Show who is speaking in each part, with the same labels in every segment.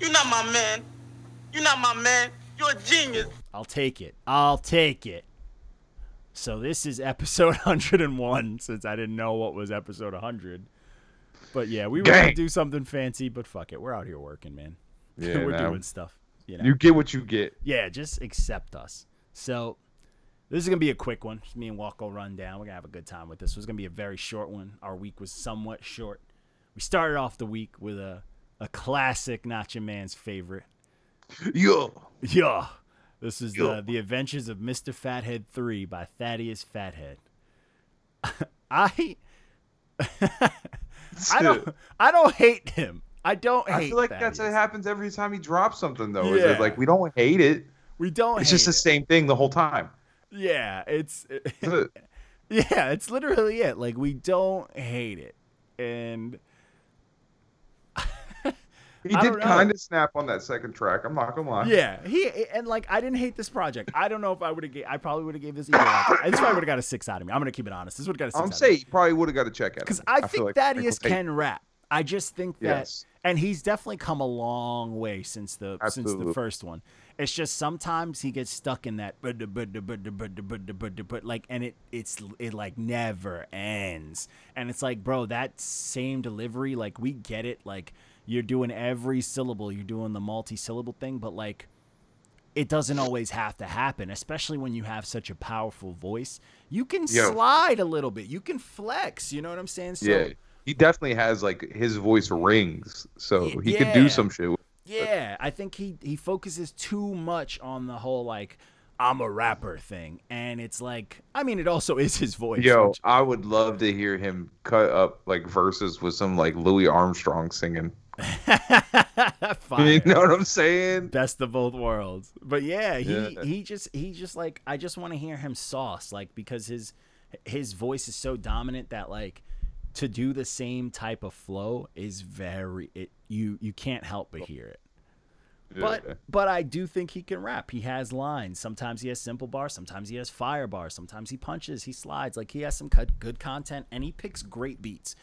Speaker 1: You're not my man. You're not my man. You're a genius.
Speaker 2: I'll take it. I'll take it. So this is episode 101 since I didn't know what was episode 100. But yeah, we were going to
Speaker 3: Gang.
Speaker 2: do something fancy, but fuck it. We're out here working, man.
Speaker 3: Yeah,
Speaker 2: we're
Speaker 3: man.
Speaker 2: doing stuff. You know.
Speaker 3: You get what you get.
Speaker 2: yeah, just accept us. So this is gonna be a quick one. Just me and Walko run down. We're gonna have a good time with this. It was gonna be a very short one. Our week was somewhat short. We started off the week with a a classic, not your man's favorite.
Speaker 3: Yo.
Speaker 2: Yeah, this is
Speaker 3: Yeah.
Speaker 2: the the Adventures of Mister Fathead Three by Thaddeus Fathead. I I don't I don't hate him. I don't hate.
Speaker 3: I feel like that's
Speaker 2: Thaddeus.
Speaker 3: it happens every time he drops something though. Is
Speaker 2: Yeah.
Speaker 3: it like we don't hate it.
Speaker 2: we don't.
Speaker 3: It's just the
Speaker 2: hate
Speaker 3: same thing the whole time.
Speaker 2: it. yeah. It's
Speaker 3: That's it.
Speaker 2: Yeah, it's literally it. Like we don't hate it, and
Speaker 3: He
Speaker 2: I
Speaker 3: did
Speaker 2: don't know.
Speaker 3: kind of snap on that second track. I'm not gonna lie.
Speaker 2: yeah, he and like I didn't hate this project. I don't know if I would have. I probably would have gave this. Either, like, this probably would have got a six out of me. I'm gonna keep it honest. This would have got a six.
Speaker 3: I'm saying he probably would have got a check out.
Speaker 2: because
Speaker 3: of it.
Speaker 2: I,
Speaker 3: feel
Speaker 2: think
Speaker 3: like
Speaker 2: Thaddeus
Speaker 3: Michael Tate-
Speaker 2: can rap. I just think that,
Speaker 3: Yes.
Speaker 2: and he's definitely come a long way since the since the
Speaker 3: Absolutely.
Speaker 2: first one. It's just sometimes he gets stuck in that but but but but but but but like, and it it's it like never ends. And it's like, bro, that same delivery, like we get it. Like you're doing every syllable, you're doing the multi-syllable thing, but like it doesn't always have to happen, especially when you have such a powerful voice. You can
Speaker 3: Yeah.
Speaker 2: slide a little bit. You can flex. You know what I'm saying? So,
Speaker 3: Yeah. He definitely has like his voice rings, so
Speaker 2: Y-
Speaker 3: he could
Speaker 2: yeah.
Speaker 3: do some shit. with
Speaker 2: yeah, I think he he focuses too much on the whole like I'm a rapper thing, and it's like I mean it also is his voice.
Speaker 3: Yo,
Speaker 2: which-
Speaker 3: I would love to hear him cut up like verses with some like Louis Armstrong singing.
Speaker 2: Fire.
Speaker 3: You know what I'm saying?
Speaker 2: best of both worlds. But yeah, he
Speaker 3: Yeah.
Speaker 2: he just he just like I just want to hear him sauce like because his his voice is so dominant that like to do the same type of flow is very it you you can't help but hear it.
Speaker 3: Yeah.
Speaker 2: But but I do think he can rap. He has lines. Sometimes he has simple bars. Sometimes he has fire bars. Sometimes he punches. He slides. Like he has some cut- good content, and he picks great beats.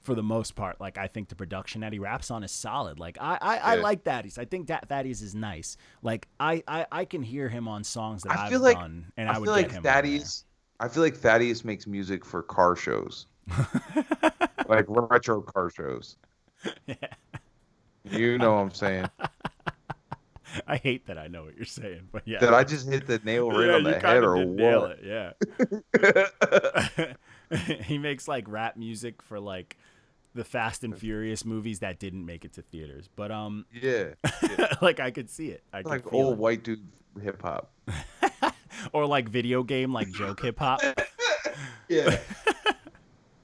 Speaker 2: For the most part, like I think the production that he raps on is solid. Like I I, I
Speaker 3: Yeah.
Speaker 2: like Thaddeus. I think that Thaddeus is nice. Like I I, I can hear him on songs that
Speaker 3: I
Speaker 2: have
Speaker 3: feel like-
Speaker 2: done, and I,
Speaker 3: I
Speaker 2: would
Speaker 3: feel
Speaker 2: get him.
Speaker 3: like
Speaker 2: on there.
Speaker 3: Thaddeus. I feel like Thaddeus makes music for car shows, like retro car shows. You know what I'm saying?
Speaker 2: I hate that I know what you're saying, but yeah.
Speaker 3: Did I just hit the nail right
Speaker 2: yeah,
Speaker 3: on
Speaker 2: you
Speaker 3: the head
Speaker 2: kinda
Speaker 3: or
Speaker 2: did nail
Speaker 3: what?
Speaker 2: it, Yeah. he makes like rap music for like the Fast and Furious movies that didn't make it to theaters. But um
Speaker 3: yeah,
Speaker 2: like I could see it. I could
Speaker 3: like oh,
Speaker 2: feel
Speaker 3: old
Speaker 2: it.
Speaker 3: white dude hip hop.
Speaker 2: or like video game like joke hip hop.
Speaker 3: Yeah,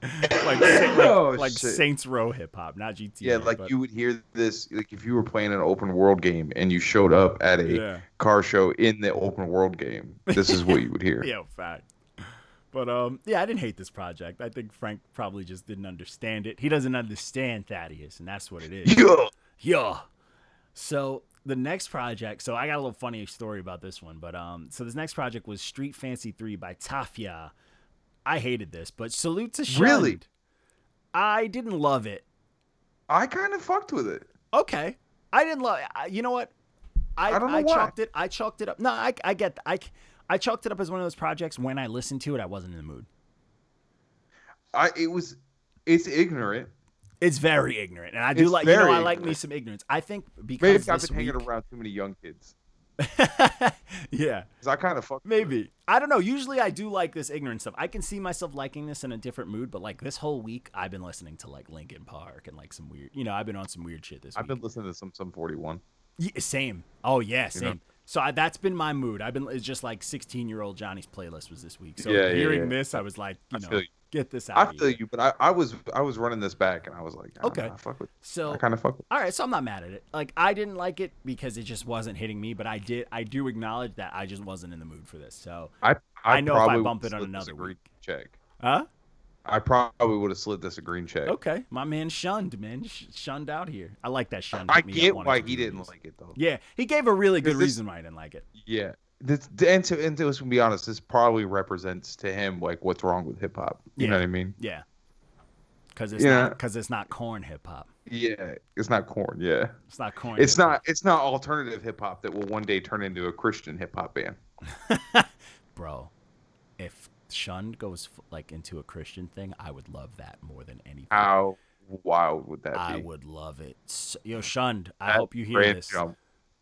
Speaker 2: Like sa- like,
Speaker 3: Oh,
Speaker 2: like
Speaker 3: shit.
Speaker 2: Saints Row hip hop, not GTA.
Speaker 3: yeah. Like
Speaker 2: but-
Speaker 3: you would hear this, like if you were playing an open world game and you showed up at a
Speaker 2: Yeah.
Speaker 3: car show in the open world game. This is what you would hear.
Speaker 2: Yeah, fact. But um yeah, I didn't hate this project. I think Frank probably just didn't understand it. He doesn't understand Thaddeus, and that's what it is.
Speaker 3: Yo,
Speaker 2: Yeah. So the next project, so I got a little funny story about this one, but um, so this next project was Street Fancy Three by Tafia. I hated this, but salute to Shunned.
Speaker 3: Really?
Speaker 2: I didn't love it.
Speaker 3: I kind of fucked with it.
Speaker 2: Okay, I didn't love. I, you know what? I
Speaker 3: I don't know why.
Speaker 2: chalked it. I chalked it up. No, I I get. I I chalked it up as one of those projects. When I listened to it, I wasn't in the mood.
Speaker 3: I it was, it's ignorant.
Speaker 2: It's very ignorant, and I do
Speaker 3: It's
Speaker 2: like. You know,
Speaker 3: very
Speaker 2: I like me
Speaker 3: ignorant.
Speaker 2: some ignorance. I think
Speaker 3: Maybe
Speaker 2: because
Speaker 3: I've been
Speaker 2: this
Speaker 3: hanging
Speaker 2: week-
Speaker 3: around too many young kids.
Speaker 2: yeah.
Speaker 3: 'Cause I kind of fuck.
Speaker 2: Maybe. I don't know. Usually I do like this ignorant stuff. I can see myself liking this in a different mood, but like this whole week I've been listening to like Linkin Park and like some weird, you know, I've been on some weird shit this
Speaker 3: I've
Speaker 2: week.
Speaker 3: been listening to some some 41.
Speaker 2: Ye- same. Oh yeah,
Speaker 3: You
Speaker 2: same.
Speaker 3: know?
Speaker 2: So I, that's been my mood. I've been it's just like 16-year-old Johnny's playlist was this week. So
Speaker 3: Yeah, yeah,
Speaker 2: hearing
Speaker 3: yeah.
Speaker 2: this I was like, you
Speaker 3: I
Speaker 2: know,
Speaker 3: feel you.
Speaker 2: get this out.
Speaker 3: I
Speaker 2: of
Speaker 3: feel
Speaker 2: here.
Speaker 3: you, but I, I was I was running this back and I was like, I don't
Speaker 2: Okay.
Speaker 3: know, I fuck with.
Speaker 2: So
Speaker 3: I kind of fuck with.
Speaker 2: All right, so I'm not mad at it. Like I didn't like it because it just wasn't hitting me, but I did I do acknowledge that I just wasn't in the mood for this. So,
Speaker 3: I
Speaker 2: I know if I
Speaker 3: probably
Speaker 2: bump
Speaker 3: would've
Speaker 2: it on
Speaker 3: slid
Speaker 2: another
Speaker 3: this a green check.
Speaker 2: huh?
Speaker 3: I probably would have slid this a green check.
Speaker 2: Okay, my man shunned, man, Sh- shunned out here. I like that shunned.
Speaker 3: I
Speaker 2: hit me up
Speaker 3: get
Speaker 2: wanting
Speaker 3: why
Speaker 2: to
Speaker 3: he
Speaker 2: do
Speaker 3: didn't
Speaker 2: this.
Speaker 3: like it though.
Speaker 2: Yeah, he gave a really good
Speaker 3: Because this-
Speaker 2: reason why I didn't like it.
Speaker 3: Yeah. This, and to and to let's be honest, this probably represents to him like what's wrong with hip hop. You
Speaker 2: Yeah.
Speaker 3: know what I mean?
Speaker 2: Yeah, because it's
Speaker 3: Yeah.
Speaker 2: not because it's not corn hip hop.
Speaker 3: Yeah, it's not corn. Yeah,
Speaker 2: It's not corn.
Speaker 3: it's not. It's not alternative hip hop that will one day turn into a Christian hip hop band.
Speaker 2: bro. If Shun goes f- like into a Christian thing, I would love that more than anything.
Speaker 3: How wild would that be?
Speaker 2: I would love it. S- Yo, Shun, I
Speaker 3: That
Speaker 2: hope you hear
Speaker 3: Grand
Speaker 2: this.
Speaker 3: jump.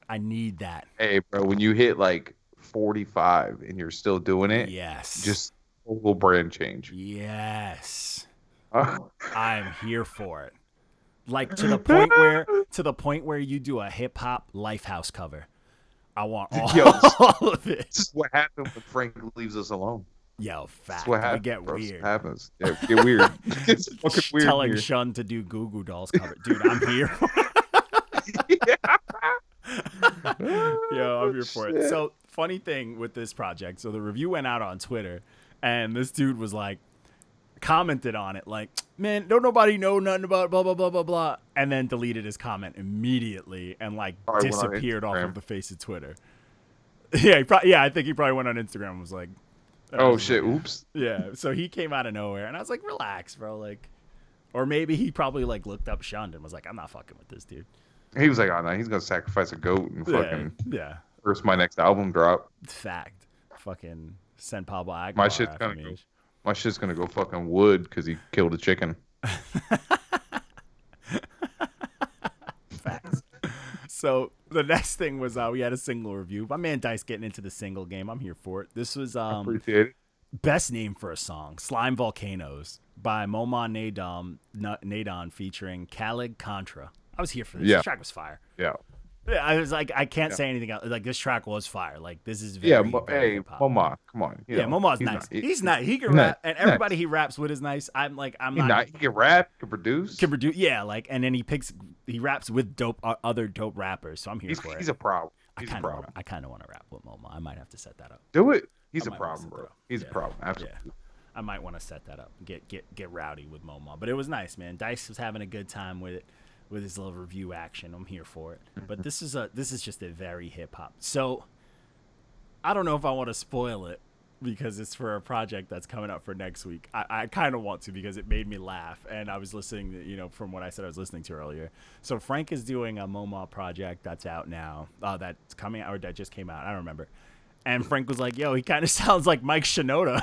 Speaker 2: I need that.
Speaker 3: Hey, bro, when you hit like 45 and you're still doing it,
Speaker 2: Yes.
Speaker 3: just total brand change.
Speaker 2: yes.
Speaker 3: Uh,
Speaker 2: I'm here for it. Like to the point where to the point where you do a hip hop lifehouse cover. I want all,
Speaker 3: Yo.
Speaker 2: all of it.
Speaker 3: this is what happens when Frank leaves us alone.
Speaker 2: Yo,
Speaker 3: This
Speaker 2: fact.
Speaker 3: is what
Speaker 2: we
Speaker 3: happens.
Speaker 2: get
Speaker 3: bro. This
Speaker 2: weird.
Speaker 3: happens. Yeah, get weird. it's fucking
Speaker 2: Sh-
Speaker 3: weird.
Speaker 2: Telling
Speaker 3: here.
Speaker 2: Shun to do Goo Goo Dolls cover. Dude, I'm here. Yo, I'm here for it.
Speaker 3: Shit.
Speaker 2: So, funny thing with this project. So, the review went out on Twitter, and this dude was like, commented on it, like, man, don't nobody know nothing about blah, blah, blah, blah, blah. And then deleted his comment immediately and, like,
Speaker 3: Probably went on
Speaker 2: disappeared off
Speaker 3: Instagram.
Speaker 2: of the face of Twitter. Yeah, he probably, yeah, I think he probably went on Instagram and was like,
Speaker 3: oh shit! Oops.
Speaker 2: yeah. So he came out of nowhere, and I was like, relax, bro. Like, or maybe he probably like looked up Shund and was like, I'm not fucking with this dude.
Speaker 3: He was like, "Oh no, he's gonna sacrifice a goat and fucking
Speaker 2: Yeah. yeah.
Speaker 3: first my next album drop.
Speaker 2: Fact. Fucking send Pablo Aguilar.
Speaker 3: My shit's
Speaker 2: after
Speaker 3: gonna
Speaker 2: me.
Speaker 3: go. My shit's gonna go fucking wood because he killed a chicken."
Speaker 2: Facts. so the next thing was uh, we had a single review. My man Dice getting into the single game. I'm here for it. This was um
Speaker 3: Appreciate it.
Speaker 2: best name for a song, Slime Volcanoes by Momon Nadon, Na- Nadon featuring Khaled Contra. I was here for this.
Speaker 3: Yeah.
Speaker 2: This track was fire.
Speaker 3: Yeah.
Speaker 2: Yeah, I was like, I can't say anything else. Like this track was fire. Like this is very
Speaker 3: Yeah. Mo-
Speaker 2: very
Speaker 3: hey,
Speaker 2: hip-hop.
Speaker 3: Moma, come on. you
Speaker 2: Yeah,
Speaker 3: know,
Speaker 2: Momo's
Speaker 3: he's
Speaker 2: nice.
Speaker 3: not-
Speaker 2: he's not. He can
Speaker 3: he's
Speaker 2: rap,
Speaker 3: nice.
Speaker 2: and everybody he raps with is nice. I'm like, I'm
Speaker 3: He,
Speaker 2: not.
Speaker 3: not, he can rap, can produce.
Speaker 2: Can produ- yeah, like, and then he picks, he raps with dope uh, other dope rappers. So I'm here
Speaker 3: he's,
Speaker 2: for
Speaker 3: he's
Speaker 2: it.
Speaker 3: a problem.
Speaker 2: I
Speaker 3: He's a
Speaker 2: kind of,
Speaker 3: problem.
Speaker 2: I kind of want to rap with Momo. I might have to set that up.
Speaker 3: Do it. He's
Speaker 2: I
Speaker 3: a
Speaker 2: might
Speaker 3: problem,
Speaker 2: listen to
Speaker 3: bro.
Speaker 2: it.
Speaker 3: He's
Speaker 2: Yeah.
Speaker 3: a problem. Absolutely.
Speaker 2: Yeah, I might want to set that up. Get get get rowdy with Momo. But it was nice, man. Dice was having a good time with it, with his little review action. I'm here for it. But this is a this is just a very hip hop. So I don't know if I want to spoil it because it's for a project that's coming up for next week. I, I kind of want to because it made me laugh, and I was listening. To, you know, from what I said, I was listening to earlier. So Frank is doing a MoMA project that's out now. Uh, that's coming out or that just came out. I don't remember. And Frank was like, "Yo, he kind of sounds like Mike Shinoda,"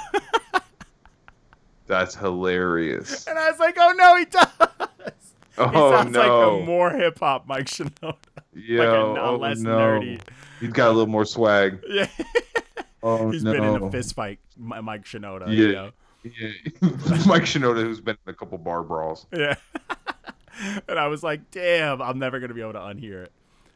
Speaker 3: That's hilarious.
Speaker 2: and I was like, "Oh no, he does."
Speaker 3: Oh
Speaker 2: he sounds
Speaker 3: no.
Speaker 2: like a more hip hop Mike Shinoda.
Speaker 3: Yo,
Speaker 2: a
Speaker 3: oh,
Speaker 2: less
Speaker 3: no.
Speaker 2: nerdy-
Speaker 3: He's got a little more swag.
Speaker 2: Yeah,
Speaker 3: Oh
Speaker 2: he's
Speaker 3: no.
Speaker 2: been in a fist fight, Mi- Mike Shinoda.
Speaker 3: Yeah.
Speaker 2: You know?
Speaker 3: Yeah. Mike Shinoda, who's been in a couple bar brawls.
Speaker 2: Yeah. and I was like, damn, I'm never gonna be able to unhear it.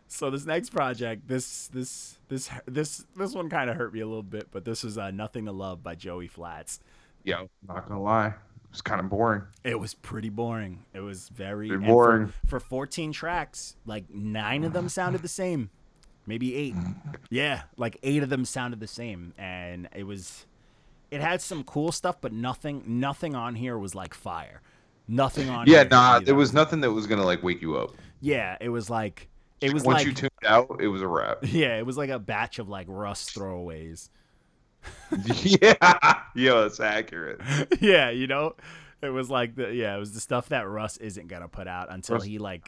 Speaker 2: So this next project, this this this this this one kind of hurt me a little bit, but this was uh, "Nothing to Love" by Joey Flats.
Speaker 3: Yeah, not gonna lie, it's kind of boring.
Speaker 2: It was pretty boring. It was very
Speaker 3: Pretty
Speaker 2: and for-
Speaker 3: boring.
Speaker 2: for 14 tracks. Like nine of them sounded the same, maybe eight. Yeah, like eight of them sounded the same, and it was it had some cool stuff, but nothing nothing on here was like fire. Nothing on
Speaker 3: Yeah,
Speaker 2: here
Speaker 3: nah,
Speaker 2: either.
Speaker 3: there was nothing that was gonna like wake you up.
Speaker 2: Yeah, it was like it was
Speaker 3: Once
Speaker 2: like
Speaker 3: you tuned out, it was a wrap.
Speaker 2: yeah, it was like a batch of like rust throwaways.
Speaker 3: yeah, yo, that's accurate.
Speaker 2: yeah, you know, it was like the yeah, it was the stuff that Russ isn't gonna put out until
Speaker 3: Russ-
Speaker 2: he like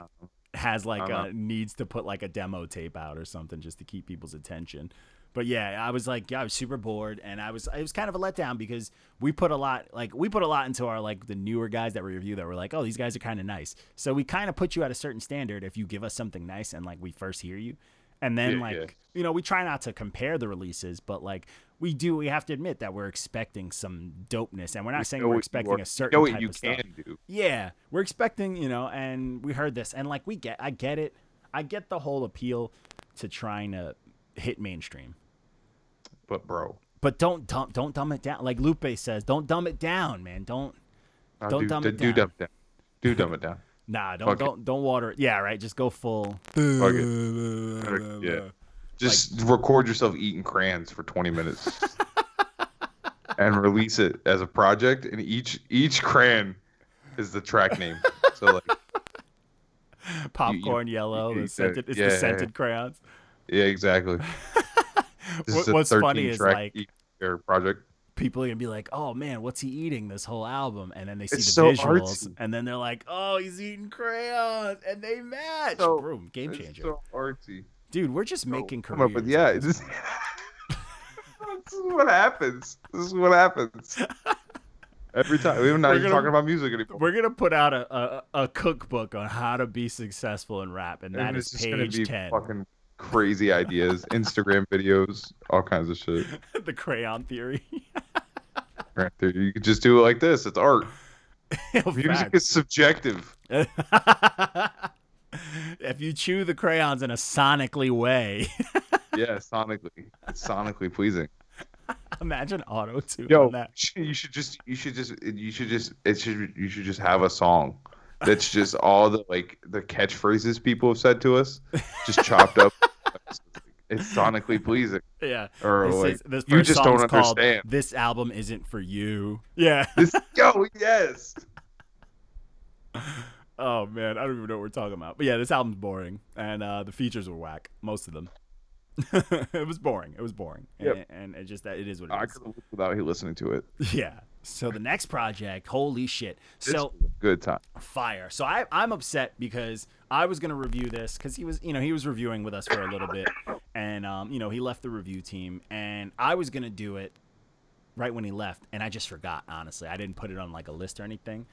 Speaker 2: has like
Speaker 3: Uh-huh.
Speaker 2: a, needs to put like a demo tape out or something just to keep people's attention. But yeah, I was like, yeah, I was super bored, and I was it was kind of a letdown because we put a lot like we put a lot into our like the newer guys that we review that were like, oh, these guys are kind of nice. So we kind of put you at a certain standard if you give us something nice and like we first hear you, and then
Speaker 3: Yeah,
Speaker 2: like
Speaker 3: yeah.
Speaker 2: you know we try not to compare the releases, but like we do we have to admit that we're expecting some dopeness, and we're not saying
Speaker 3: Know what
Speaker 2: we're
Speaker 3: you
Speaker 2: expecting
Speaker 3: are-
Speaker 2: a certain
Speaker 3: know what
Speaker 2: type
Speaker 3: you
Speaker 2: of stuff.
Speaker 3: can do.
Speaker 2: Yeah, we're expecting, you know, and we heard this, and like we get, I get it, I get the whole appeal to trying to hit mainstream,
Speaker 3: But bro,
Speaker 2: but don't dumb, don't dumb it down. Like Lupe says, don't dumb it down, man. Don't,
Speaker 3: nah,
Speaker 2: Don't
Speaker 3: do,
Speaker 2: dumb
Speaker 3: do,
Speaker 2: it
Speaker 3: do
Speaker 2: down.
Speaker 3: dumb it down. Do dumb it down.
Speaker 2: nah, don't,
Speaker 3: Fuck it.
Speaker 2: don't, don't water it. Yeah, right. Just go full. uh,
Speaker 3: Fuck it. Yeah. Just record yourself eating crayons for 20 minutes and release it as a project. And each each crayon is the track name. So like,
Speaker 2: popcorn yellow.
Speaker 3: you-
Speaker 2: the scented, it's
Speaker 3: yeah,
Speaker 2: the
Speaker 3: yeah,
Speaker 2: scented crayons.
Speaker 3: yeah, exactly. This
Speaker 2: What-
Speaker 3: is a
Speaker 2: what's funny is,
Speaker 3: 13-track
Speaker 2: like-
Speaker 3: eat- or project.
Speaker 2: people are gonna be like, "Oh man, what's he eating this whole album?" And then they see
Speaker 3: It's
Speaker 2: the
Speaker 3: so
Speaker 2: visuals,
Speaker 3: artsy.
Speaker 2: and then they're like, "Oh, he's eating crayons," and they match.
Speaker 3: So-
Speaker 2: Boom, game
Speaker 3: It's
Speaker 2: changer,
Speaker 3: so artsy.
Speaker 2: dude. We're just making
Speaker 3: Come up
Speaker 2: careers.
Speaker 3: with- yeah, it's just- this is what happens. This is what happens. Every time we're not
Speaker 2: We're
Speaker 3: even
Speaker 2: gonna-
Speaker 3: talking about music anymore.
Speaker 2: We're gonna put out a, a a cookbook on how to be successful in rap, and that
Speaker 3: And
Speaker 2: is
Speaker 3: it's just gonna
Speaker 2: page
Speaker 3: be
Speaker 2: ten.
Speaker 3: fucking crazy ideas, Instagram videos, all kinds of shit.
Speaker 2: the crayon theory.
Speaker 3: Right there, you could just do it like this. It's art. Music
Speaker 2: Facts.
Speaker 3: is subjective.
Speaker 2: if you chew the crayons in a sonically way,
Speaker 3: Yeah, sonically, it's sonically pleasing.
Speaker 2: imagine auto tune
Speaker 3: Yo,
Speaker 2: on that.
Speaker 3: you should just, you should just, you should just, it should, you should just have a song that's just all the like the catchphrases people have said to us, just chopped up. It's sonically pleasing.
Speaker 2: Yeah.
Speaker 3: Or
Speaker 2: This,
Speaker 3: like,
Speaker 2: is, this
Speaker 3: you
Speaker 2: first
Speaker 3: just
Speaker 2: song's
Speaker 3: don't
Speaker 2: called
Speaker 3: understand.
Speaker 2: This album isn't for you. Yeah.
Speaker 3: This, yo, yes.
Speaker 2: Oh man, I don't even know what we're talking about. But yeah, this album's boring, and uh, the features were whack, most of them. it was boring. It was boring,
Speaker 3: Yep.
Speaker 2: and, and it just that it is what
Speaker 3: I
Speaker 2: it
Speaker 3: could have lived without you listening to it.
Speaker 2: is. Yeah. So the next project, holy shit!
Speaker 3: This
Speaker 2: So
Speaker 3: was a good time.
Speaker 2: fire. So I, I'm upset because I was gonna review this because he was, you know, he was reviewing with us for a little bit, and um, you know, he left the review team, and I was gonna do it right when he left, and I just forgot. Honestly, I didn't put it on like a list or anything,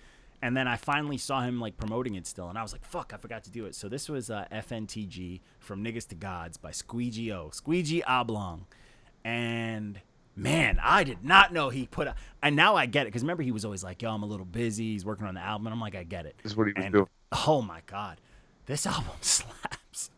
Speaker 2: and then I finally saw him like promoting it still, and I was like, fuck, I forgot to do it. So this was uh, FNTG from Niggas to Gods by Squeegee O, Squeegee Oblong, and man, I did not know he put. A, and now I get it because remember he was always like, "Yo, I'm a little busy. He's working on the album." And I'm like, I get it.
Speaker 3: This is what he was
Speaker 2: And-
Speaker 3: doing.
Speaker 2: Oh my god, this album slaps.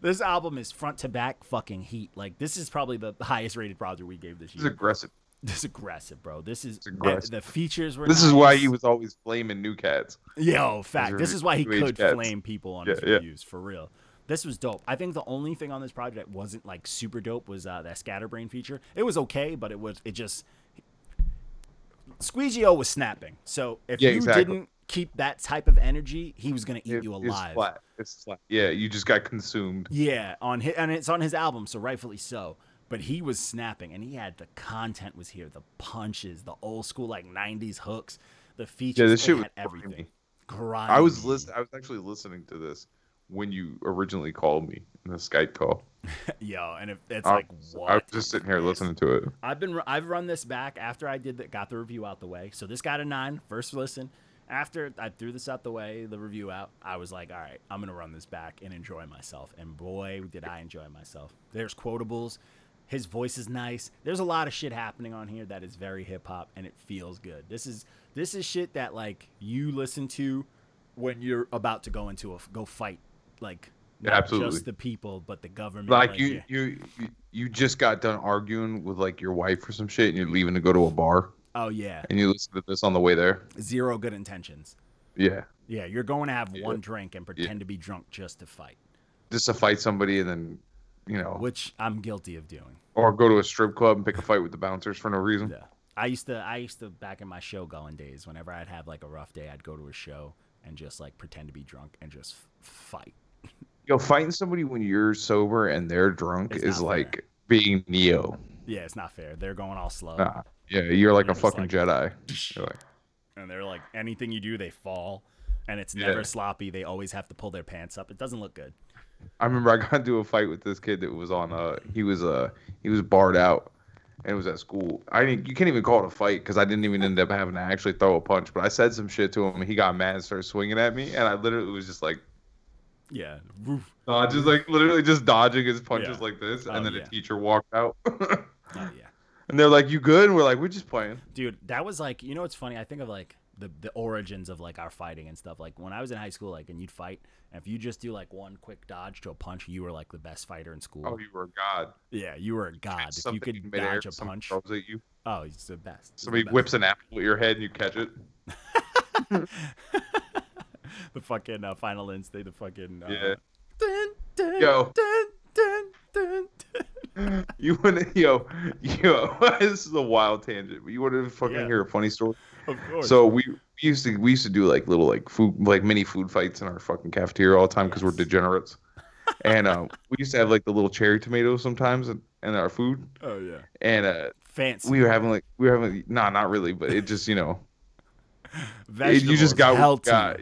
Speaker 2: This album is front to back fucking heat. Like this is probably the highest rated project we gave this
Speaker 3: He's
Speaker 2: year.
Speaker 3: aggressive.
Speaker 2: This is aggressive, bro. This is
Speaker 3: aggressive.
Speaker 2: the features were.
Speaker 3: This is why
Speaker 2: nice.
Speaker 3: he was always flaming new cats.
Speaker 2: Yo, fact.
Speaker 3: are
Speaker 2: This is why he
Speaker 3: new age
Speaker 2: could
Speaker 3: cats.
Speaker 2: flame people on
Speaker 3: Yeah,
Speaker 2: his
Speaker 3: yeah.
Speaker 2: reviews for real. This was dope. I think the only thing on this project that wasn't like super dope was uh, that scatterbrain feature. It was okay, but it was it just Squeegee O was snapping. So if
Speaker 3: Yeah,
Speaker 2: you
Speaker 3: exactly.
Speaker 2: didn't keep that type of energy, he was gonna eat
Speaker 3: It-
Speaker 2: you
Speaker 3: It's
Speaker 2: alive.
Speaker 3: flat. It's flat. Yeah, you just got consumed.
Speaker 2: Yeah, on his, and it's on his album, so rightfully so. But he was snapping, and he had the content was here, the punches, the old school like '90s hooks, the features.
Speaker 3: this
Speaker 2: it
Speaker 3: shit was
Speaker 2: had everything.
Speaker 3: grimy.
Speaker 2: Grimy.
Speaker 3: I was listen- I was actually listening to this when you originally called me in the Skype call.
Speaker 2: Yo, and it, it's
Speaker 3: I,
Speaker 2: like what?
Speaker 3: I was just sitting here
Speaker 2: is
Speaker 3: listening to it.
Speaker 2: I've been I've run this back after I did that got the review out the way. So this got a nine first listen. After I threw this out the way, the review out, I was like, all right, I'm gonna run this back and enjoy myself. And boy, did I enjoy myself. There's quotables. His voice is nice. There's a lot of shit happening on here that is very hip hop and it feels good. This is this is shit that like you listen to when you're about to go into a f- go fight like
Speaker 3: Yeah,
Speaker 2: not
Speaker 3: absolutely.
Speaker 2: just the people but the government
Speaker 3: Like you,
Speaker 2: yeah.
Speaker 3: you, you, you just got done arguing with like your wife or some shit, and you're leaving to go to a bar,
Speaker 2: oh yeah
Speaker 3: and you listen to this on the way there.
Speaker 2: zero good intentions
Speaker 3: Yeah,
Speaker 2: Yeah, you're going to have
Speaker 3: Yeah.
Speaker 2: one drink and pretend to be drunk just to fight,
Speaker 3: just to fight somebody, and then you know,
Speaker 2: which I'm guilty of doing.
Speaker 3: or go to a strip club and pick a fight with the bouncers for no reason.
Speaker 2: Yeah. I used to I used to back in my show going days, whenever I'd have like a rough day, I'd go to a show and just like pretend to be drunk and just f- fight.
Speaker 3: Yo, fighting somebody when you're sober and they're drunk
Speaker 2: It's
Speaker 3: is
Speaker 2: not fair.
Speaker 3: like being Neo.
Speaker 2: Yeah, it's not fair. They're going all slow.
Speaker 3: Nah. Yeah, you're like
Speaker 2: You're
Speaker 3: a
Speaker 2: just
Speaker 3: fucking
Speaker 2: like-
Speaker 3: Jedi. You're like,
Speaker 2: And they're like anything you do, they fall. And it's
Speaker 3: Yeah.
Speaker 2: never sloppy. They always have to pull their pants up. It doesn't look good.
Speaker 3: I remember I got into a fight with this kid that was on uh he was uh he was barred out and it was at school. I didn't you can't even call it a fight because I didn't even end up having to actually throw a punch, but I said some shit to him and he got mad and started swinging at me and I literally was just like
Speaker 2: Yeah. Woof.
Speaker 3: dodge, just like literally just dodging his punches
Speaker 2: Yeah.
Speaker 3: like this
Speaker 2: Oh,
Speaker 3: and then
Speaker 2: yeah.
Speaker 3: a teacher walked out. and
Speaker 2: Oh yeah.
Speaker 3: they're like, You good? And we're like, We're just playing.
Speaker 2: dude that was like you know what's funny i think of like the, the origins of like our fighting and stuff like when i was in high school like and you'd fight and if you just do like one quick dodge to a punch you were like the best fighter in school
Speaker 3: Oh, you were a god.
Speaker 2: yeah you were a god if you
Speaker 3: Something in
Speaker 2: could
Speaker 3: midair,
Speaker 2: dodge a
Speaker 3: something
Speaker 2: punch
Speaker 3: throws at you.
Speaker 2: oh he's the best He's the
Speaker 3: Somebody
Speaker 2: best.
Speaker 3: whips an apple at your head and you catch it.
Speaker 2: the fucking uh, final ends they the fucking uh,
Speaker 3: Yeah.
Speaker 2: dun, dun,
Speaker 3: Yo.
Speaker 2: dun, dun, dun, dun.
Speaker 3: You want to, yo, yo, this is a wild tangent, but you want to fucking
Speaker 2: Yeah.
Speaker 3: hear a funny story?
Speaker 2: of course
Speaker 3: So we, we used to we used to do like little like food like mini food fights in our fucking cafeteria all the time because we're
Speaker 2: Yes.
Speaker 3: degenerates, and uh, we used to have like the little cherry tomatoes sometimes in, in our food,
Speaker 2: oh yeah
Speaker 3: and uh,
Speaker 2: fancy.
Speaker 3: we were having like we were having nah, not really, but it just you know it,
Speaker 2: Vegetables,
Speaker 3: you just got what
Speaker 2: healthy,
Speaker 3: you got,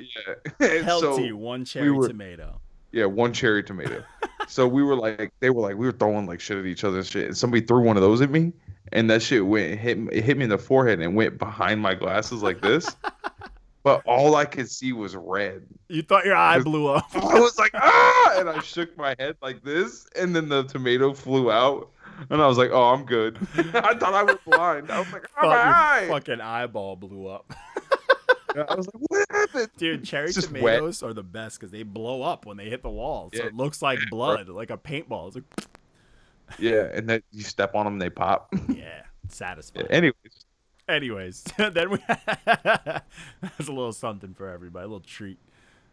Speaker 3: yeah. And so-
Speaker 2: healthy one cherry
Speaker 3: were-
Speaker 2: tomato.
Speaker 3: Yeah, one cherry tomato. so we were like, they were like, we were throwing like shit at each other and shit. And somebody threw one of those at me, and that shit went it hit me- it hit me in the forehead and went behind my glasses like this. but all I could see was red.
Speaker 2: You thought your eye
Speaker 3: Cause-
Speaker 2: blew up.
Speaker 3: I was like, ah, and I shook my head like this, and then the tomato flew out, and I was like, oh, I'm good. I thought I was blind. I was like, oh, my
Speaker 2: Thought
Speaker 3: eye.
Speaker 2: your fucking eyeball blew up.
Speaker 3: I was like, what happened?
Speaker 2: Dude, cherry
Speaker 3: It's just wet.
Speaker 2: tomatoes are the best because they blow up when they hit the wall. So
Speaker 3: Yeah.
Speaker 2: it looks like blood, like a paintball. It's like,
Speaker 3: Yeah, and then you step on them, they pop.
Speaker 2: yeah, satisfying.
Speaker 3: Anyways,
Speaker 2: Anyways, then we that's a little something for everybody, a little treat.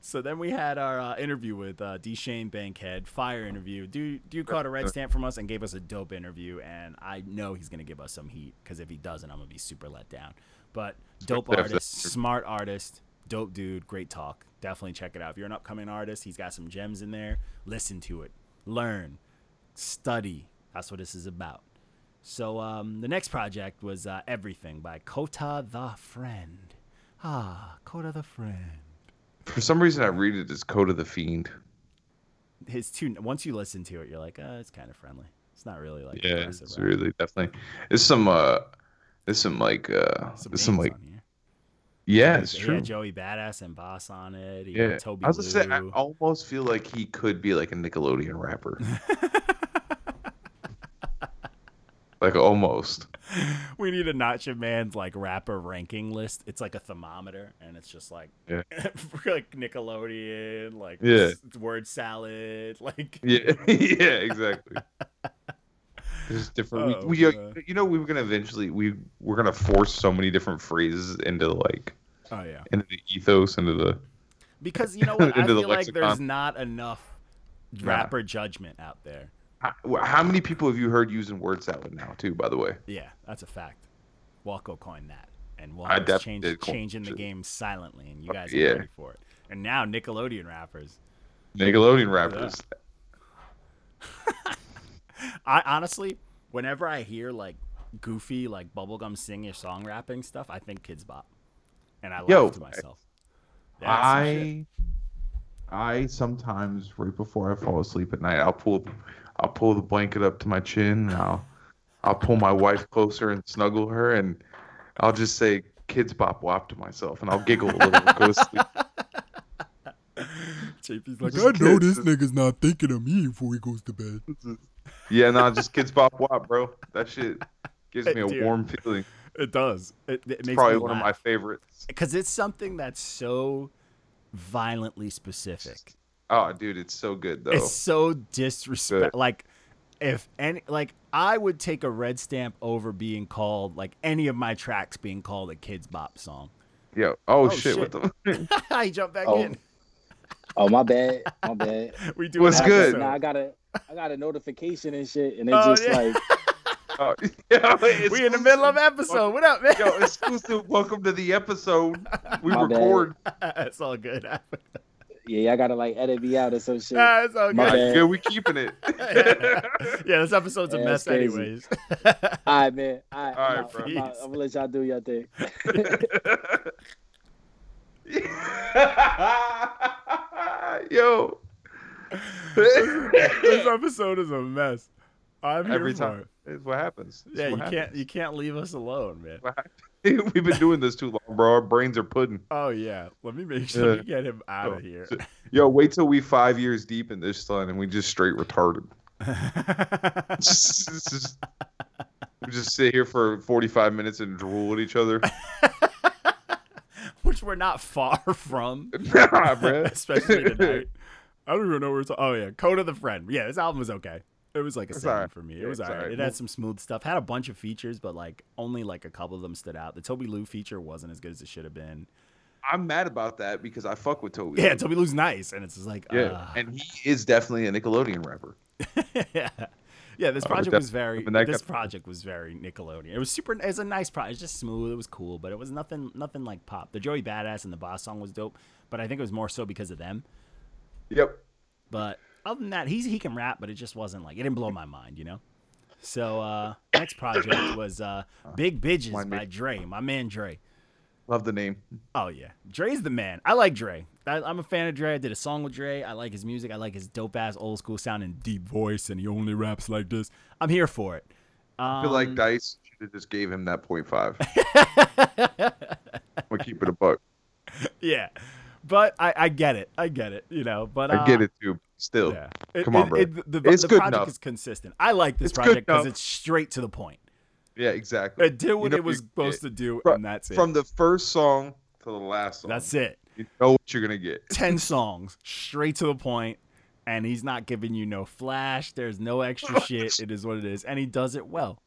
Speaker 2: So then we had our uh, interview with uh, D. Shane Bankhead, fire interview. Dude, dude caught a red stamp from us and gave us a dope interview, and I know he's gonna give us some heat because if he doesn't, I'm gonna be super let down. But dope
Speaker 3: Definitely.
Speaker 2: artist, smart artist, dope dude, great talk. Definitely check it out. If you're an upcoming artist, he's got some gems in there. Listen to it, learn, study. That's what this is about. So um, the next project was uh, Everything by Kota the Friend. Ah, Kota the Friend.
Speaker 3: for some reason, I read it as Code of the Fiend.
Speaker 2: His two. Once you listen to it, you're like, uh, it's kind of friendly. It's not really like
Speaker 3: yeah
Speaker 2: aggressive
Speaker 3: it's
Speaker 2: rap.
Speaker 3: really definitely it's some uh it's some like uh
Speaker 2: Some
Speaker 3: some, some
Speaker 2: names
Speaker 3: like
Speaker 2: on here.
Speaker 3: yeah
Speaker 2: He-
Speaker 3: it's
Speaker 2: he
Speaker 3: true
Speaker 2: had Joey Badass and Boss on it. He
Speaker 3: yeah
Speaker 2: had Toby
Speaker 3: i was gonna say i
Speaker 2: Lou.
Speaker 3: almost feel like he could be like a nickelodeon rapper like almost
Speaker 2: we need a Nacho Man's like rapper ranking list. It's like a thermometer, and it's just like
Speaker 3: Yeah.
Speaker 2: like Nickelodeon, like
Speaker 3: Yeah.
Speaker 2: s- word salad, like
Speaker 3: yeah yeah exactly There's different
Speaker 2: Oh,
Speaker 3: we, we
Speaker 2: man.
Speaker 3: you know we were gonna eventually we we're gonna force so many different phrases into like
Speaker 2: oh yeah.
Speaker 3: into the ethos into the
Speaker 2: Because you know what, I
Speaker 3: Into the
Speaker 2: feel like there's
Speaker 3: lexicon.
Speaker 2: not enough rapper judgment out there.
Speaker 3: how, how many people have you heard using word salad now too by the way
Speaker 2: Yeah, that's a fact. Walco coined that, and
Speaker 3: I
Speaker 2: Walco's
Speaker 3: definitely
Speaker 2: change,
Speaker 3: did coin
Speaker 2: changing the
Speaker 3: shit.
Speaker 2: game silently, and you guys are
Speaker 3: yeah.
Speaker 2: ready for it. And now Nickelodeon rappers.
Speaker 3: nickelodeon rappers
Speaker 2: I honestly, whenever I hear like goofy, like bubblegum singer song rapping stuff, I think Kids Bop, and I
Speaker 3: Yo,
Speaker 2: laugh to myself. That's some shit.
Speaker 3: I I sometimes right before I fall asleep at night, I'll pull I'll pull the blanket up to my chin and I'll I'll pull my wife closer and snuggle her and I'll just say kids bop wop to myself and I'll giggle a little and go to sleep.
Speaker 2: JP's like,
Speaker 3: Just
Speaker 2: I know
Speaker 3: kid-
Speaker 2: this nigga's not thinking of me before he goes to bed.
Speaker 3: Yeah, nah, just kids bop wop, bro. That shit gives me a
Speaker 2: Dude.
Speaker 3: warm feeling.
Speaker 2: It does. It, it
Speaker 3: It's
Speaker 2: makes
Speaker 3: probably
Speaker 2: me
Speaker 3: one of
Speaker 2: laugh.
Speaker 3: my favorites.
Speaker 2: because it's something that's so violently specific.
Speaker 3: Oh, dude, it's so good though.
Speaker 2: It's so disrespect. Like, if any, like, I would take a red stamp over being called like any of my tracks being called a kids bop song.
Speaker 3: Yo, oh,
Speaker 2: Oh,
Speaker 3: shit, what the
Speaker 2: I jump back
Speaker 4: Oh.
Speaker 2: in.
Speaker 4: Oh my bad, my bad.
Speaker 2: We do.
Speaker 3: What's
Speaker 2: an episode.
Speaker 3: good?
Speaker 4: Now I got- Now I got a, I got a notification and shit, and it
Speaker 2: Oh,
Speaker 4: just
Speaker 2: yeah.
Speaker 4: like,
Speaker 3: oh, yeah, it's
Speaker 2: We in the middle of
Speaker 3: exclusive.
Speaker 2: episode. What up, man?
Speaker 3: Yo, exclusive. Welcome to the episode. We
Speaker 4: My bad.
Speaker 3: record.
Speaker 2: it's all good. Ah,
Speaker 4: yeah, I gotta like edit me out or some shit.
Speaker 2: it's all
Speaker 4: My
Speaker 3: Nah,
Speaker 2: good.
Speaker 4: bad.
Speaker 3: you good. We keeping it.
Speaker 2: yeah, this episode's a
Speaker 4: Yeah,
Speaker 2: mess,
Speaker 4: that's crazy.
Speaker 2: anyways.
Speaker 4: All right, man. All right,
Speaker 3: All
Speaker 4: I'm,
Speaker 3: right,
Speaker 4: out.
Speaker 3: bro.
Speaker 4: I'm, out.
Speaker 2: Peace.
Speaker 4: I'm gonna let y'all do your thing.
Speaker 3: Yo.
Speaker 2: this episode is a mess. I'm here
Speaker 3: Every
Speaker 2: for
Speaker 3: time.
Speaker 2: it.
Speaker 3: It's what happens. It's
Speaker 2: Yeah, you
Speaker 3: what
Speaker 2: can't you can't leave us alone, man.
Speaker 3: happens. We've been doing this too long, bro. Our brains are pudding.
Speaker 2: Oh yeah, let me make sure
Speaker 3: Yeah.
Speaker 2: we get him out
Speaker 3: Oh,
Speaker 2: of here.
Speaker 3: Yo, wait till we five years deep in this son and we just straight retarded. It's just- we just sit here for 45 minutes and drool at each other.
Speaker 2: Which we're not far from,
Speaker 3: nah, bro.
Speaker 2: especially tonight. I don't even know where it's. Oh yeah, Code of the Friend. Yeah, this album was okay. It was like a
Speaker 3: It's
Speaker 2: seven
Speaker 3: alright.
Speaker 2: for me. It
Speaker 3: Yeah,
Speaker 2: was
Speaker 3: it's
Speaker 2: alright.
Speaker 3: alright.
Speaker 2: It had some smooth stuff. Had a bunch of features, but like only like a couple of them stood out. The Toby Lou feature wasn't as good as it should have been.
Speaker 3: I'm mad about that because I fuck with Toby.
Speaker 2: Yeah, Toby Lou's nice, and it's just like
Speaker 3: Yeah,
Speaker 2: ah.
Speaker 3: and he is definitely a Nickelodeon rapper.
Speaker 2: yeah. Yeah, this
Speaker 3: Oh,
Speaker 2: project
Speaker 3: def-
Speaker 2: was very.
Speaker 3: but that
Speaker 2: This
Speaker 3: got-
Speaker 2: project was very Nickelodeon. It was super. It was a nice project. It was just smooth. It was cool, but it was nothing. Nothing like pop. The Joey Badass and the Boss song was dope, but I think it was more so because of them.
Speaker 3: Yep.
Speaker 2: But other than that, he's he can rap, but it just wasn't like it didn't blow my mind, you know. So uh next project was uh Big Bitches by Dre, my man Dre.
Speaker 3: Love the name.
Speaker 2: Oh yeah, Dre's the man. I like Dre. I, I'm a fan of Dre. I did a song with Dre. I like his music. I like his dope ass old school sounding deep voice, and he only raps like this. I'm here for it. Um,
Speaker 3: I feel like Dice should have just gave him that point five. I'm gonna keep it a buck.
Speaker 2: yeah, but I, I get it. I get it. You know, but uh,
Speaker 3: I get it too. Still,
Speaker 2: Yeah. It-
Speaker 3: Come
Speaker 2: it-
Speaker 3: on, bro.
Speaker 2: it- the
Speaker 3: It's
Speaker 2: the
Speaker 3: good
Speaker 2: project
Speaker 3: enough.
Speaker 2: is consistent. I like this
Speaker 3: It's good
Speaker 2: project because
Speaker 3: enough.
Speaker 2: it's straight to the point.
Speaker 3: yeah, exactly.
Speaker 2: It did
Speaker 3: You
Speaker 2: what
Speaker 3: know
Speaker 2: it was
Speaker 3: you-
Speaker 2: supposed to do,
Speaker 3: Fro-
Speaker 2: and that's it.
Speaker 3: From the first song to the last song,
Speaker 2: that's it.
Speaker 3: You know what you're gonna get.
Speaker 2: 10 songs straight to the point and he's not giving you no flash there's no extra shit it is what it is and he does it well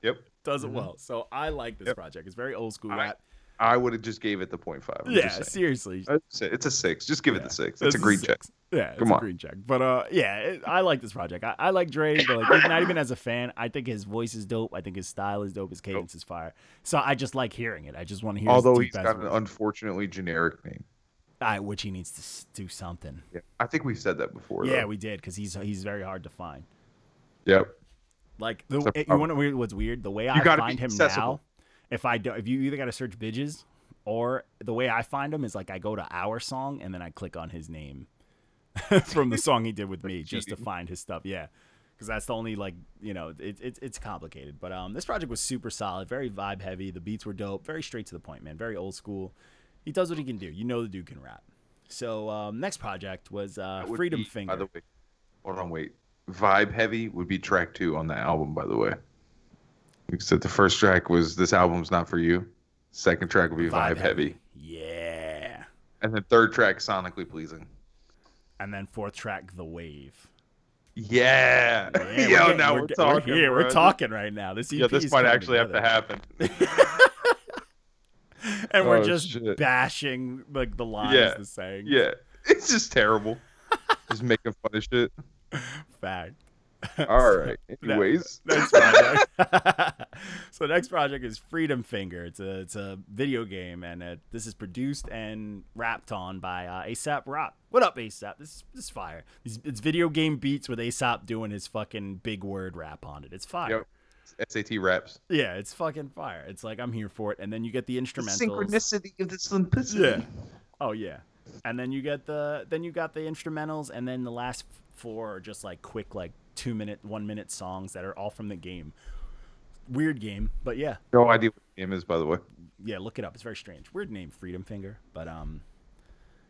Speaker 3: Yep.
Speaker 2: does it well so i like this
Speaker 3: Mm-hmm. Yep.
Speaker 2: project it's very old school
Speaker 3: I-
Speaker 2: rap
Speaker 3: I would have just gave it the point five. I'm
Speaker 2: yeah
Speaker 3: just saying.
Speaker 2: seriously
Speaker 3: I'd say It's a six. Just give it the six.
Speaker 2: That's
Speaker 3: It's a green check.
Speaker 2: six. yeah it's
Speaker 3: Come
Speaker 2: a
Speaker 3: on.
Speaker 2: green check but uh yeah it, i like this project i, I like dre but like, not even as a fan i think his voice is dope i think his style is dope his cadence is fire so i just like hearing it i just want to hear
Speaker 3: Although
Speaker 2: his
Speaker 3: he's
Speaker 2: deep
Speaker 3: got an unfortunately generic name.
Speaker 2: which he needs to s- do something
Speaker 3: Yeah. I think we've said that before.
Speaker 2: yeah
Speaker 3: though.
Speaker 2: we Uh, did because he's he's very hard to find
Speaker 3: Yep.
Speaker 2: Like the
Speaker 3: It's a
Speaker 2: it- you
Speaker 3: problem.
Speaker 2: want to weird what's weird? The way I
Speaker 3: gotta be
Speaker 2: find him now,
Speaker 3: accessible.
Speaker 2: if I do, if you either got to search Bidges or the way I find him is like I go to our song and then I click on his name from the song he did with me just to
Speaker 3: cheating.
Speaker 2: find his stuff. Yeah, because that's the only like you know it, it, it's complicated. But um, this project was super solid, very vibe heavy. The beats were dope, very straight to the point, man. Very old school. He does what he can do. You know the dude can rap. So um, next project was uh,
Speaker 3: That would
Speaker 2: Freedom
Speaker 3: be,
Speaker 2: Finger.
Speaker 3: By the way, hold on, wait. Vibe Heavy would be track two on the album, by the way. You said the first track was This Album's Not For You. Second track would be Vibe,
Speaker 2: Vibe
Speaker 3: heavy.
Speaker 2: Heavy. yeah.
Speaker 3: And the third track, Sonically Pleasing.
Speaker 2: and then fourth track the wave
Speaker 3: Yeah.
Speaker 2: Yeah, we're
Speaker 3: Yo,
Speaker 2: getting-
Speaker 3: now we're,
Speaker 2: we're, get-
Speaker 3: talking.
Speaker 2: we're here
Speaker 3: bro.
Speaker 2: we're talking right now this EP
Speaker 3: Yeah, this
Speaker 2: is
Speaker 3: might
Speaker 2: coming
Speaker 3: actually have to
Speaker 2: together.
Speaker 3: happen.
Speaker 2: and we're
Speaker 3: Oh,
Speaker 2: just
Speaker 3: shit.
Speaker 2: bashing like the lines
Speaker 3: Yeah.
Speaker 2: the saying
Speaker 3: yeah. It's just terrible. just making fun of shit.
Speaker 2: fact
Speaker 3: All right.
Speaker 2: No.
Speaker 3: Anyways.
Speaker 2: next project so next project is freedom finger it's a it's a video game and uh this is produced and rapped on by uh, asap rock what up asap this this is fire it's, it's video game beats with asap doing his fucking big word rap on it it's fire
Speaker 3: Yep. SAT raps.
Speaker 2: Yeah, it's fucking fire. It's like I'm here for it, and then you get the instrumentals.
Speaker 3: of the simplicity.
Speaker 2: Yeah. Oh yeah, and then you get the then you got the instrumentals, and then the last f- four are just like quick, like two minute, one minute songs that are all from the game. Weird game, but yeah,
Speaker 3: No idea what the game is, by the way.
Speaker 2: yeah. Look it up. It's very strange. Weird name, Freedom Finger, but um,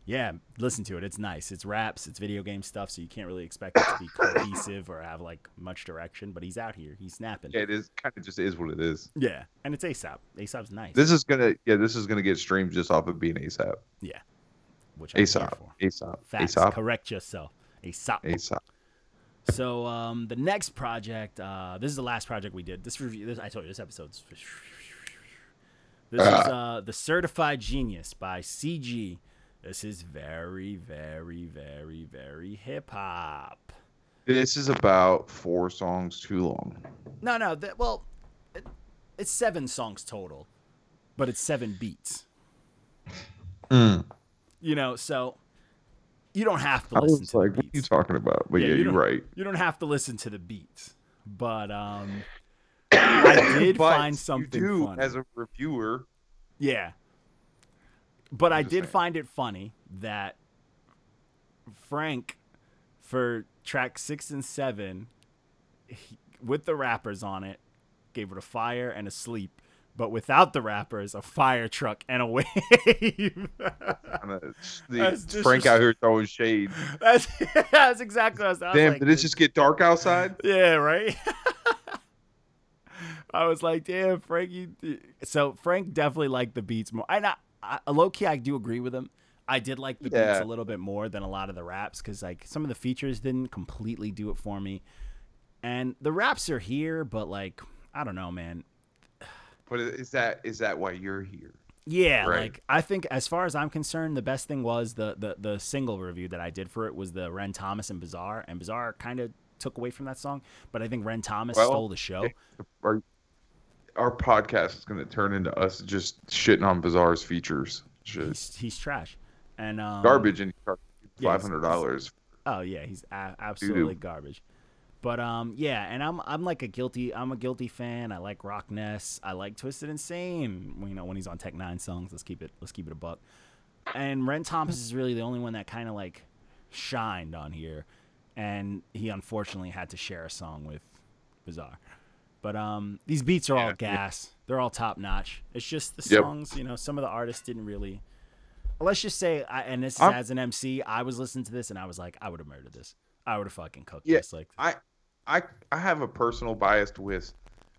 Speaker 2: yeah. Listen to it. It's nice. It's raps. It's video game stuff, so you can't really expect it to be cohesive or have like much direction. But he's out here. He's snapping.
Speaker 3: Yeah, it is kind of just is what it is.
Speaker 2: Yeah, and it's ASAP. ASAP's nice.
Speaker 3: This is gonna yeah, this is gonna get streamed just off of being ASAP.
Speaker 2: yeah, which I'm here
Speaker 3: ASAP.
Speaker 2: for.
Speaker 3: ASAP.
Speaker 2: Facts.
Speaker 3: ASAP.
Speaker 2: Correct yourself. ASAP.
Speaker 3: ASAP.
Speaker 2: So um, the next project, uh, this is the last project we did. This review, this, I told you, this episode's. This is uh, the Certified Genius by CG. This is very, very, very, very hip hop.
Speaker 3: This is about four songs too long.
Speaker 2: No, no, that, well, it, it's seven songs total, but it's seven beats. You know, so you don't have to
Speaker 3: I
Speaker 2: listen
Speaker 3: was
Speaker 2: to
Speaker 3: like,
Speaker 2: the
Speaker 3: what are you
Speaker 2: beats.
Speaker 3: talking about? But yeah,
Speaker 2: you
Speaker 3: you are
Speaker 2: don't-
Speaker 3: right.
Speaker 2: You don't have to listen to the beats, but um, I did
Speaker 3: But
Speaker 2: find something
Speaker 3: you do
Speaker 2: funny.
Speaker 3: as a reviewer.
Speaker 2: yeah, but I
Speaker 3: just
Speaker 2: did
Speaker 3: saying.
Speaker 2: find it funny that Frank for track six and seven he, with the rappers on it gave it a fire and a sleep. But without the rappers, a fire truck and a wave.
Speaker 3: Kinda,
Speaker 2: That's
Speaker 3: the, Frank out here throwing shade.
Speaker 2: that's, that's exactly what I was, I was
Speaker 3: Damn,
Speaker 2: like,
Speaker 3: did it just get dark outside?
Speaker 2: Yeah, right. I was like, damn, Frank. You d-" So Frank definitely liked the beats more. And I, I low key, I do agree with him. I did like the beats
Speaker 3: Yeah.
Speaker 2: a little bit more than a lot of the raps because like some of the features didn't completely do it for me. And the raps are here, but like I don't know, man.
Speaker 3: But is that is that why you're here?
Speaker 2: Yeah,
Speaker 3: Right.
Speaker 2: like I think as far as I'm concerned, the best thing was the the the single review that I did for it was the Ren Thomas and Bizarre, and Bizarre kind of took away from that song, but I think Ren Thomas
Speaker 3: Well,
Speaker 2: stole the show.
Speaker 3: Our, our podcast is going to turn into us just shitting on Bizarre's features. Shit.
Speaker 2: he's he's trash and um,
Speaker 3: Garbage and he charged
Speaker 2: yeah,
Speaker 3: five
Speaker 2: it's-
Speaker 3: hundred dollars.
Speaker 2: Oh yeah, he's a- absolutely garbage. But um, yeah, and I'm I'm like a guilty I'm a guilty fan. I like Rock Ness. I like Twisted Insane. You know when he's on Tech Nine songs. Let's keep it let's keep it a buck. And Ren Thomas is really the only one that kind of like shined on here, and he unfortunately had to share a song with Bizarre. But um, these beats are all
Speaker 3: Yeah, yeah.
Speaker 2: gas. They're all top notch. It's just the
Speaker 3: Yep.
Speaker 2: songs. You know, some of the artists didn't really. Let's just say, I, and this is
Speaker 3: I'm-
Speaker 2: as an MC, I was listening to this and I was like, I would have murdered this. I would have fucking cooked
Speaker 3: Yeah.
Speaker 2: this. Like,
Speaker 3: I I have a personal bias with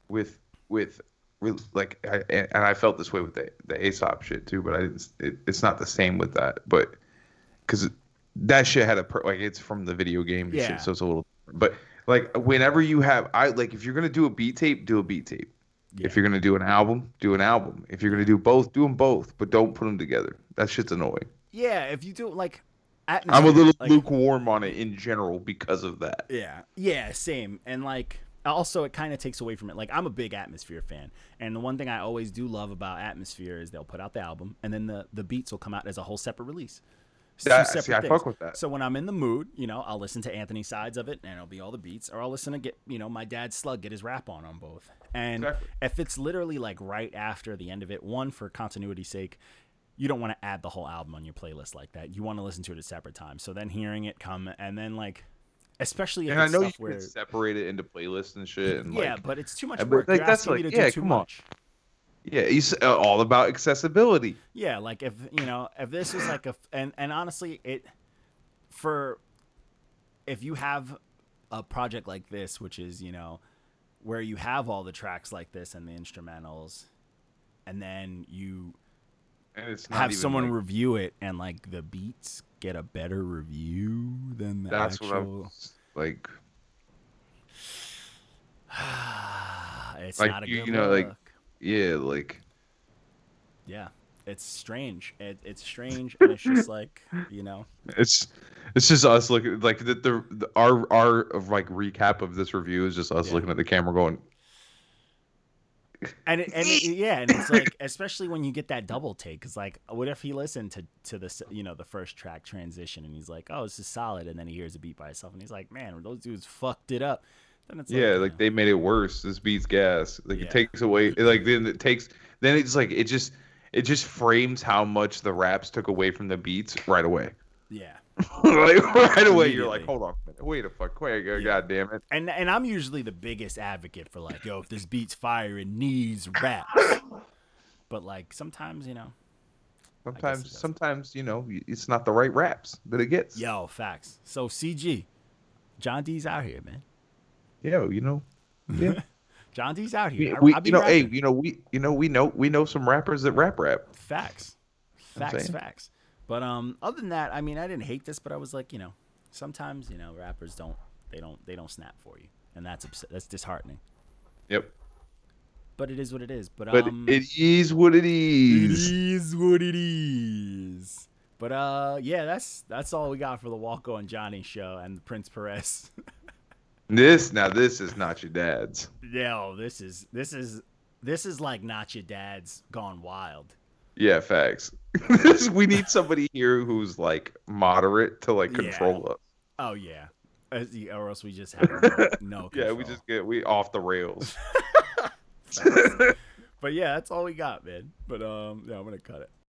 Speaker 3: with with with like I, and I felt this way with the the Aesop shit too, but I didn't. It, it's not the same with that, but because that shit had a per, like it's from the video game and
Speaker 2: Yeah.
Speaker 3: shit, so it's a little. But like whenever you have, I like if you're gonna do a beat tape, do a beat tape.
Speaker 2: Yeah.
Speaker 3: If you're gonna do an album, do an album. If you're gonna do both, do them both, but don't put them together. That shit's annoying.
Speaker 2: yeah, if you do like, atmosphere,
Speaker 3: I'm a little
Speaker 2: like,
Speaker 3: lukewarm on it in general because of that.
Speaker 2: Yeah. Yeah, same. And like also it kind of takes away from it. Like I'm a big atmosphere fan. And the one thing I always do love about atmosphere is they'll put out the album and then the the beats will come out as a whole separate release. It's two
Speaker 3: That- see,
Speaker 2: separate
Speaker 3: I
Speaker 2: things.
Speaker 3: fuck with that.
Speaker 2: So when I'm in the mood, you know, I'll listen to Anthony sides of it and it'll be all the beats or I'll listen to get, you know, my dad's slug get his rap on on both. And
Speaker 3: Exactly.
Speaker 2: if it's literally like right after the end of it, one for continuity's sake, you don't want to add the whole album on your playlist like that. You want to listen to it at separate times. So then hearing it come and then like especially if
Speaker 3: And I
Speaker 2: it's
Speaker 3: know you
Speaker 2: stuff
Speaker 3: can
Speaker 2: where
Speaker 3: separate it into playlists and shit. And
Speaker 2: yeah,
Speaker 3: like,
Speaker 2: but it's too much
Speaker 3: Uh, but,
Speaker 2: work.
Speaker 3: like,
Speaker 2: You're
Speaker 3: that's
Speaker 2: asking me to
Speaker 3: like-
Speaker 2: do
Speaker 3: yeah,
Speaker 2: too
Speaker 3: come on.
Speaker 2: much.
Speaker 3: yeah, he's uh, all about accessibility.
Speaker 2: Yeah, like if you know, if this was like a and and honestly, it for if you have a project like this, which is you know where you have all the tracks like this and the instrumentals, and then you
Speaker 3: And it's not
Speaker 2: have
Speaker 3: even,
Speaker 2: someone
Speaker 3: like-
Speaker 2: review it and like the beats get a better review than the
Speaker 3: that's what
Speaker 2: actual.
Speaker 3: I'm like.
Speaker 2: it's
Speaker 3: like,
Speaker 2: not a
Speaker 3: you-
Speaker 2: good
Speaker 3: you know, like-
Speaker 2: look.
Speaker 3: Yeah, like
Speaker 2: yeah, it's strange. It, it's strange, and it's just like you know.
Speaker 3: it's it's just us looking like the, the, the our our of like recap of this review is just us
Speaker 2: Yeah.
Speaker 3: looking at the camera going.
Speaker 2: and it, and it, yeah, and it's like especially when you get that double take, because like, what if he listened to to the s- you know the first track transition and he's like, oh, this is solid, and then he hears a beat by itself and he's like, man, those dudes fucked it up. Then it's
Speaker 3: yeah,
Speaker 2: you
Speaker 3: like
Speaker 2: know,
Speaker 3: they made it worse. This beats gas. Like
Speaker 2: Yeah.
Speaker 3: it takes away. it, Like then it takes. Then it's like it just it just frames how much the raps took away from the beats right away.
Speaker 2: yeah,
Speaker 3: like right away, you're like,
Speaker 2: Immediately.
Speaker 3: hold on, a minute. wait a fuck, wait,
Speaker 2: Yeah.
Speaker 3: god damn it.
Speaker 2: and and I'm usually the biggest advocate for like, yo, if this beat's fire, it needs raps. But like sometimes you know, it
Speaker 3: Sometimes,
Speaker 2: does.
Speaker 3: sometimes you know, y- it's not the right raps that it gets.
Speaker 2: yo, facts. So CG, John D's out here, man.
Speaker 3: Yo, you know, yeah.
Speaker 2: John D's out
Speaker 3: we,
Speaker 2: here. I-
Speaker 3: we-
Speaker 2: I be
Speaker 3: you know, hey,
Speaker 2: rapping.
Speaker 3: you know, we, you know, we know, we know some rappers that rap rap.
Speaker 2: Facts.
Speaker 3: You know what I'm
Speaker 2: Facts,
Speaker 3: saying?
Speaker 2: facts. But um other than that, I mean I didn't hate this, but I was like, you know, sometimes, you know, rappers don't they don't they don't snap for you. And that's upset that's disheartening.
Speaker 3: Yep.
Speaker 2: But it is what it is. But,
Speaker 3: But
Speaker 2: um
Speaker 3: it is what it
Speaker 2: it
Speaker 3: is.
Speaker 2: is what it is. But uh yeah, that's that's all we got for the Walko and Johnny show and the Prince Perez.
Speaker 3: This now, this is not your dad's.
Speaker 2: Yo, this is this is this is like not your dad's gone wild.
Speaker 3: Yeah, facts. This- we need somebody here who's like moderate to like
Speaker 2: Yeah.
Speaker 3: control us.
Speaker 2: Oh yeah. As- Or else we just have no, no
Speaker 3: Yeah,
Speaker 2: control.
Speaker 3: we just get we off the rails.
Speaker 2: But yeah, that's all we got, man. But um, yeah, I'm gonna cut it.